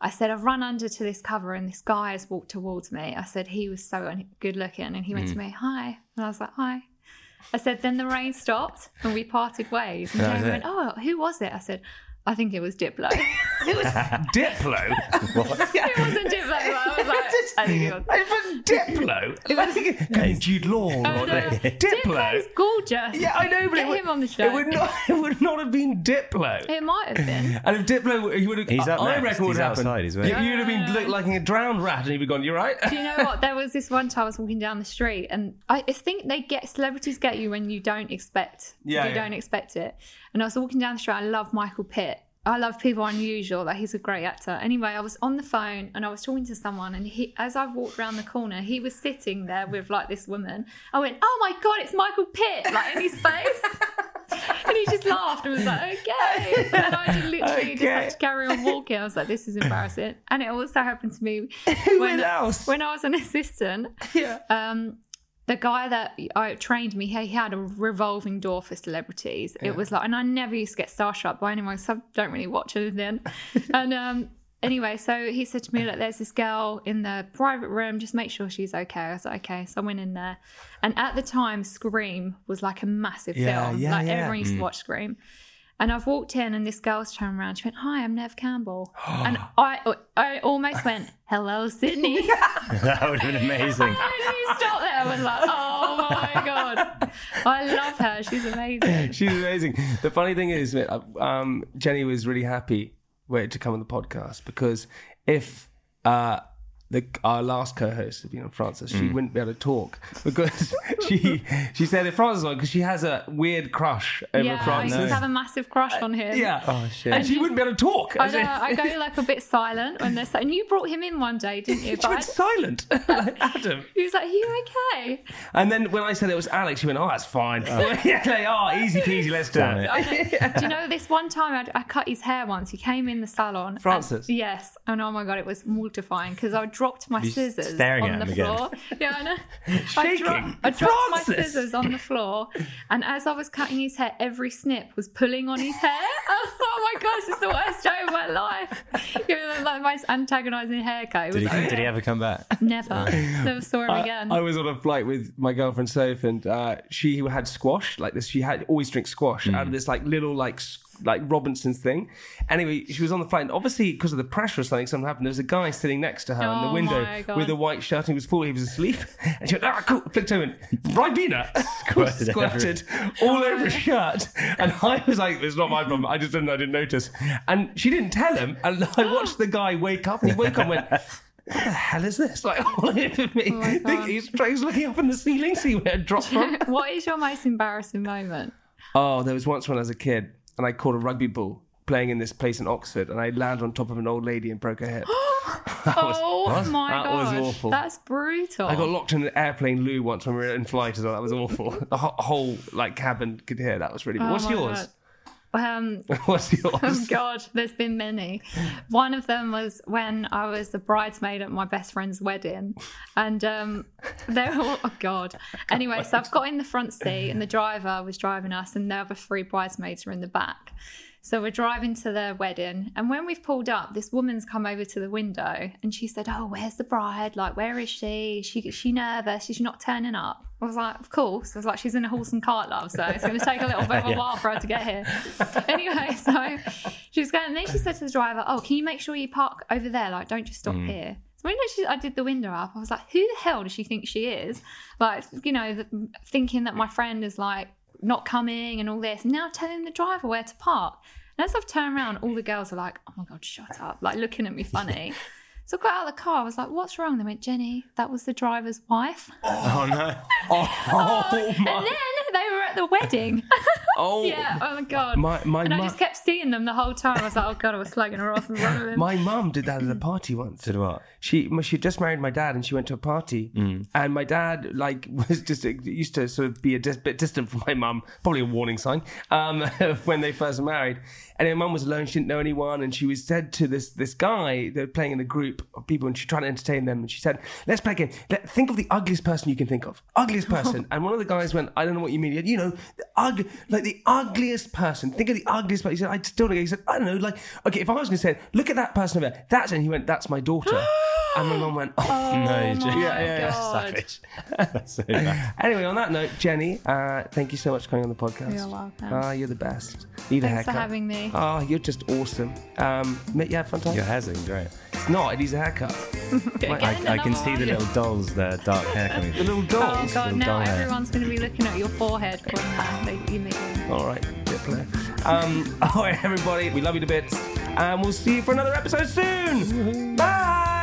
Speaker 2: I said, I've run under to this cover and this guy has walked towards me. I said, he was so un- good looking. And he went to
Speaker 3: Mm.
Speaker 2: me, hi. And I was like, hi. I said, then the rain stopped and we parted ways. And
Speaker 3: That was
Speaker 2: Jamie went,
Speaker 3: it.
Speaker 2: oh, who was it? I said, I think it was Diplo.
Speaker 1: Diplo.
Speaker 2: It wasn't Diplo. but I was like, I think it was.
Speaker 1: It was Diplo. It was Jude Law.
Speaker 2: Oh,
Speaker 1: wasn't
Speaker 2: no.
Speaker 1: it?
Speaker 2: Diplo's
Speaker 1: Diplo.
Speaker 2: gorgeous.
Speaker 1: Yeah, I know, but
Speaker 2: Get
Speaker 1: it would,
Speaker 2: him on the show.
Speaker 1: It would not. It would not have been Diplo.
Speaker 2: It might have been.
Speaker 1: And if Diplo, he would have.
Speaker 3: He's up
Speaker 1: I
Speaker 3: next.
Speaker 1: reckon what
Speaker 3: He's
Speaker 1: would happen.
Speaker 3: outside. He's
Speaker 1: you,
Speaker 3: waiting.
Speaker 1: you'd have been looked like a drowned rat, and he'd be gone. You're right.
Speaker 2: Do you know what? There was this one time I was walking down the street, and I I think they get celebrities get you when you don't expect.
Speaker 1: Yeah,
Speaker 2: you
Speaker 1: yeah.
Speaker 2: don't expect it. And I was walking down the street. I love Michael Pitt. I love people unusual. Like he's a great actor. Anyway, I was on the phone and I was talking to someone, and he, as I walked around the corner, he was sitting there with like this woman. I went, "Oh my god, it's Michael Pitt!" Like in his face. And he just laughed and was like, okay. And I just literally just
Speaker 1: Okay.
Speaker 2: had to carry on walking. I was like, this is embarrassing. And it also happened to me
Speaker 1: Who
Speaker 2: when,
Speaker 1: else?
Speaker 2: when I was an assistant,
Speaker 1: Yeah.
Speaker 2: um, the guy that I trained me, he had a revolving door for celebrities. It was like, and I never used to get starstruck by anyone, so I don't really watch anything. and um, anyway, so he said to me, "Look, there's this girl in the private room. Just make sure she's okay." I was like, "Okay." So I went in there, and at the time, Scream was like a massive
Speaker 1: Yeah,
Speaker 2: film.
Speaker 1: yeah,
Speaker 2: like
Speaker 1: yeah.
Speaker 2: everyone used to watch Scream. And I've walked in, and this girl's turned around. She went, "Hi, I'm Nev Campbell," and I, I almost went, "Hello, Sydney."
Speaker 3: that would have been amazing.
Speaker 2: And you stopped there and was like, oh my god. I love her. She's amazing.
Speaker 1: She's amazing. The funny thing is, um, Jenny was really happy where- to come on the podcast because if uh, the, our last co-host had been on Frances,
Speaker 3: Mm.
Speaker 1: she wouldn't be able to talk because she she said if Frances on because she has a weird crush over
Speaker 2: yeah, I
Speaker 1: Frances.
Speaker 2: used to have a massive crush on him.
Speaker 1: yeah.
Speaker 3: Oh, shit.
Speaker 1: And she wouldn't be able to talk.
Speaker 2: I know, I go like a bit silent when they're saying, you brought him in one day, didn't you?
Speaker 1: she
Speaker 2: But
Speaker 1: went
Speaker 2: I,
Speaker 1: silent, like Adam.
Speaker 2: he was like, are you okay?
Speaker 1: And then when I said it was Alex, she went, "Oh, that's fine. yeah, they are easy peasy. Let's do
Speaker 3: Damn
Speaker 1: it."
Speaker 3: it.
Speaker 2: I know. Do you know this one time I, I cut his hair once? He came in the salon. and-
Speaker 1: Francis?
Speaker 2: yes. And oh my God, it was mortifying because I dropped my
Speaker 3: You
Speaker 2: scissors
Speaker 3: staring
Speaker 2: on
Speaker 3: at
Speaker 2: the
Speaker 3: him again.
Speaker 2: floor. Yeah, I know. I, dro-
Speaker 1: Shaking.
Speaker 2: I dropped my
Speaker 1: Francis!
Speaker 2: scissors on the floor. And as I was cutting his hair, every snip was pulling on his hair. I was like, oh my God, this is the worst day of my life. It was like the most antagonizing haircut. It was
Speaker 3: Did he,
Speaker 2: like,
Speaker 3: did he ever come back?
Speaker 2: never, never saw him again.
Speaker 1: I was on a flight with my girlfriend Soph, and uh, she had squash like this. She had always drinks squash out of this like little like s- like Robinson's thing. Anyway, she was on the flight, and obviously because of the pressure or something, something happened. There was a guy sitting next to her in the
Speaker 2: Oh my
Speaker 1: window
Speaker 2: God.
Speaker 1: with a white shirt. and He was full. He was asleep, and she went, "Ah, cool." Flicked over, and Ribena squirted,
Speaker 3: Squirted
Speaker 1: all over his shirt, and I was like, "It's not my problem. I just didn't. I didn't notice." And she didn't tell him. And I watched the guy wake up, and he woke up and went. What the hell is this? Like all over me.
Speaker 2: Oh my
Speaker 1: Think-
Speaker 2: God.
Speaker 1: he's, he's looking up in the ceiling, see where it dropped from.
Speaker 2: what is your most embarrassing moment?
Speaker 1: oh, there was once when I was a kid and I caught a rugby ball playing in this place in Oxford, and I landed on top of an old lady and broke her hip.
Speaker 2: oh my
Speaker 1: That was
Speaker 2: gosh,
Speaker 1: awful.
Speaker 2: that's brutal.
Speaker 1: I got locked in an airplane loo once when we were in flight as well. That was awful. The ho- whole like cabin could hear. That was really.
Speaker 2: Oh
Speaker 1: What's
Speaker 2: my
Speaker 1: yours?
Speaker 2: God. Um,
Speaker 1: What's
Speaker 2: Oh
Speaker 1: yours?
Speaker 2: God, there's been many. One of them was when I was the bridesmaid at my best friend's wedding, and um, they were all, oh God. Anyway, so I've got in the front seat, and the driver was driving us, and the other three bridesmaids were in the back. So we're driving to the wedding, and when we've pulled up, this woman's come over to the window, and she said, "Oh, where's the bride? Like, where is she? Is she is she nervous? She's not turning up." I was like, "Of course." I was like, "She's in a horse and cart, love, so it's going to take a little bit of a while for her to get here." anyway, so she was going, and then she said to the driver, "Oh, can you make sure you park over there? Like, don't just stop here." So when she, I did the window up, I was like, "Who the hell does she think she is?" Like, you know, the, thinking that my friend is like not coming and all this. Now telling the driver where to park. And as I've turned around, all the girls are like, "Oh my god, shut up!" Like looking at me funny. So I got out of the car. I was like, "What's wrong?" They went, "Jenny, that was the driver's wife."
Speaker 3: Oh no!
Speaker 1: Oh
Speaker 2: And
Speaker 1: my!
Speaker 2: then they were at the wedding.
Speaker 1: Oh
Speaker 2: yeah. Oh my god.
Speaker 1: my my
Speaker 2: and I
Speaker 1: mu-
Speaker 2: just kept seeing them the whole time. I was like, "Oh god, I was slagging her off." in front of them.
Speaker 1: my mum did that at a party once.
Speaker 3: Did what?
Speaker 1: she she had just married my dad and she went to a party and my dad like was just used to sort of be a dis- bit distant from my mum probably a warning sign um, when they first married and my mum was alone she didn't know anyone and she was said to this this guy they were playing in a group of people and she tried to entertain them and she said let's play a game Let, think of the ugliest person you can think of ugliest person and one of the guys went I don't know what you mean He said, you know the ugly like the ugliest person think of the ugliest person he said I still don't get it." he said I don't know like okay if I was going to say look at that person over there that's and he went that's my daughter and my mum went, oh.
Speaker 3: no,
Speaker 2: my
Speaker 3: Jenny.
Speaker 2: Yeah, yeah, yeah.
Speaker 3: Savage. That's so bad.
Speaker 1: Anyway, on that note, Jenny, uh, thank you so much for coming on the podcast.
Speaker 2: You're welcome.
Speaker 1: Ah, you're the best. Need a
Speaker 2: Thanks for
Speaker 1: haircut.
Speaker 2: having me.
Speaker 1: Oh, you're just awesome. Um, mate, you had fun time?
Speaker 3: Your hair's looking great.
Speaker 1: It's not, it needs a haircut.
Speaker 2: Okay,
Speaker 1: I-
Speaker 2: get
Speaker 3: I,
Speaker 2: in
Speaker 3: I can
Speaker 2: another
Speaker 3: see the
Speaker 2: one.
Speaker 3: little dolls, their dark hair coming
Speaker 1: The
Speaker 3: through.
Speaker 1: little
Speaker 2: Oh
Speaker 1: dolls.
Speaker 2: god,
Speaker 3: Don't
Speaker 2: now
Speaker 3: die.
Speaker 2: everyone's going to be looking at your forehead when uh, they, you meet them.
Speaker 1: All right, bit play. Um, all right, everybody, we love you to bits. And we'll see you for another episode soon. Bye.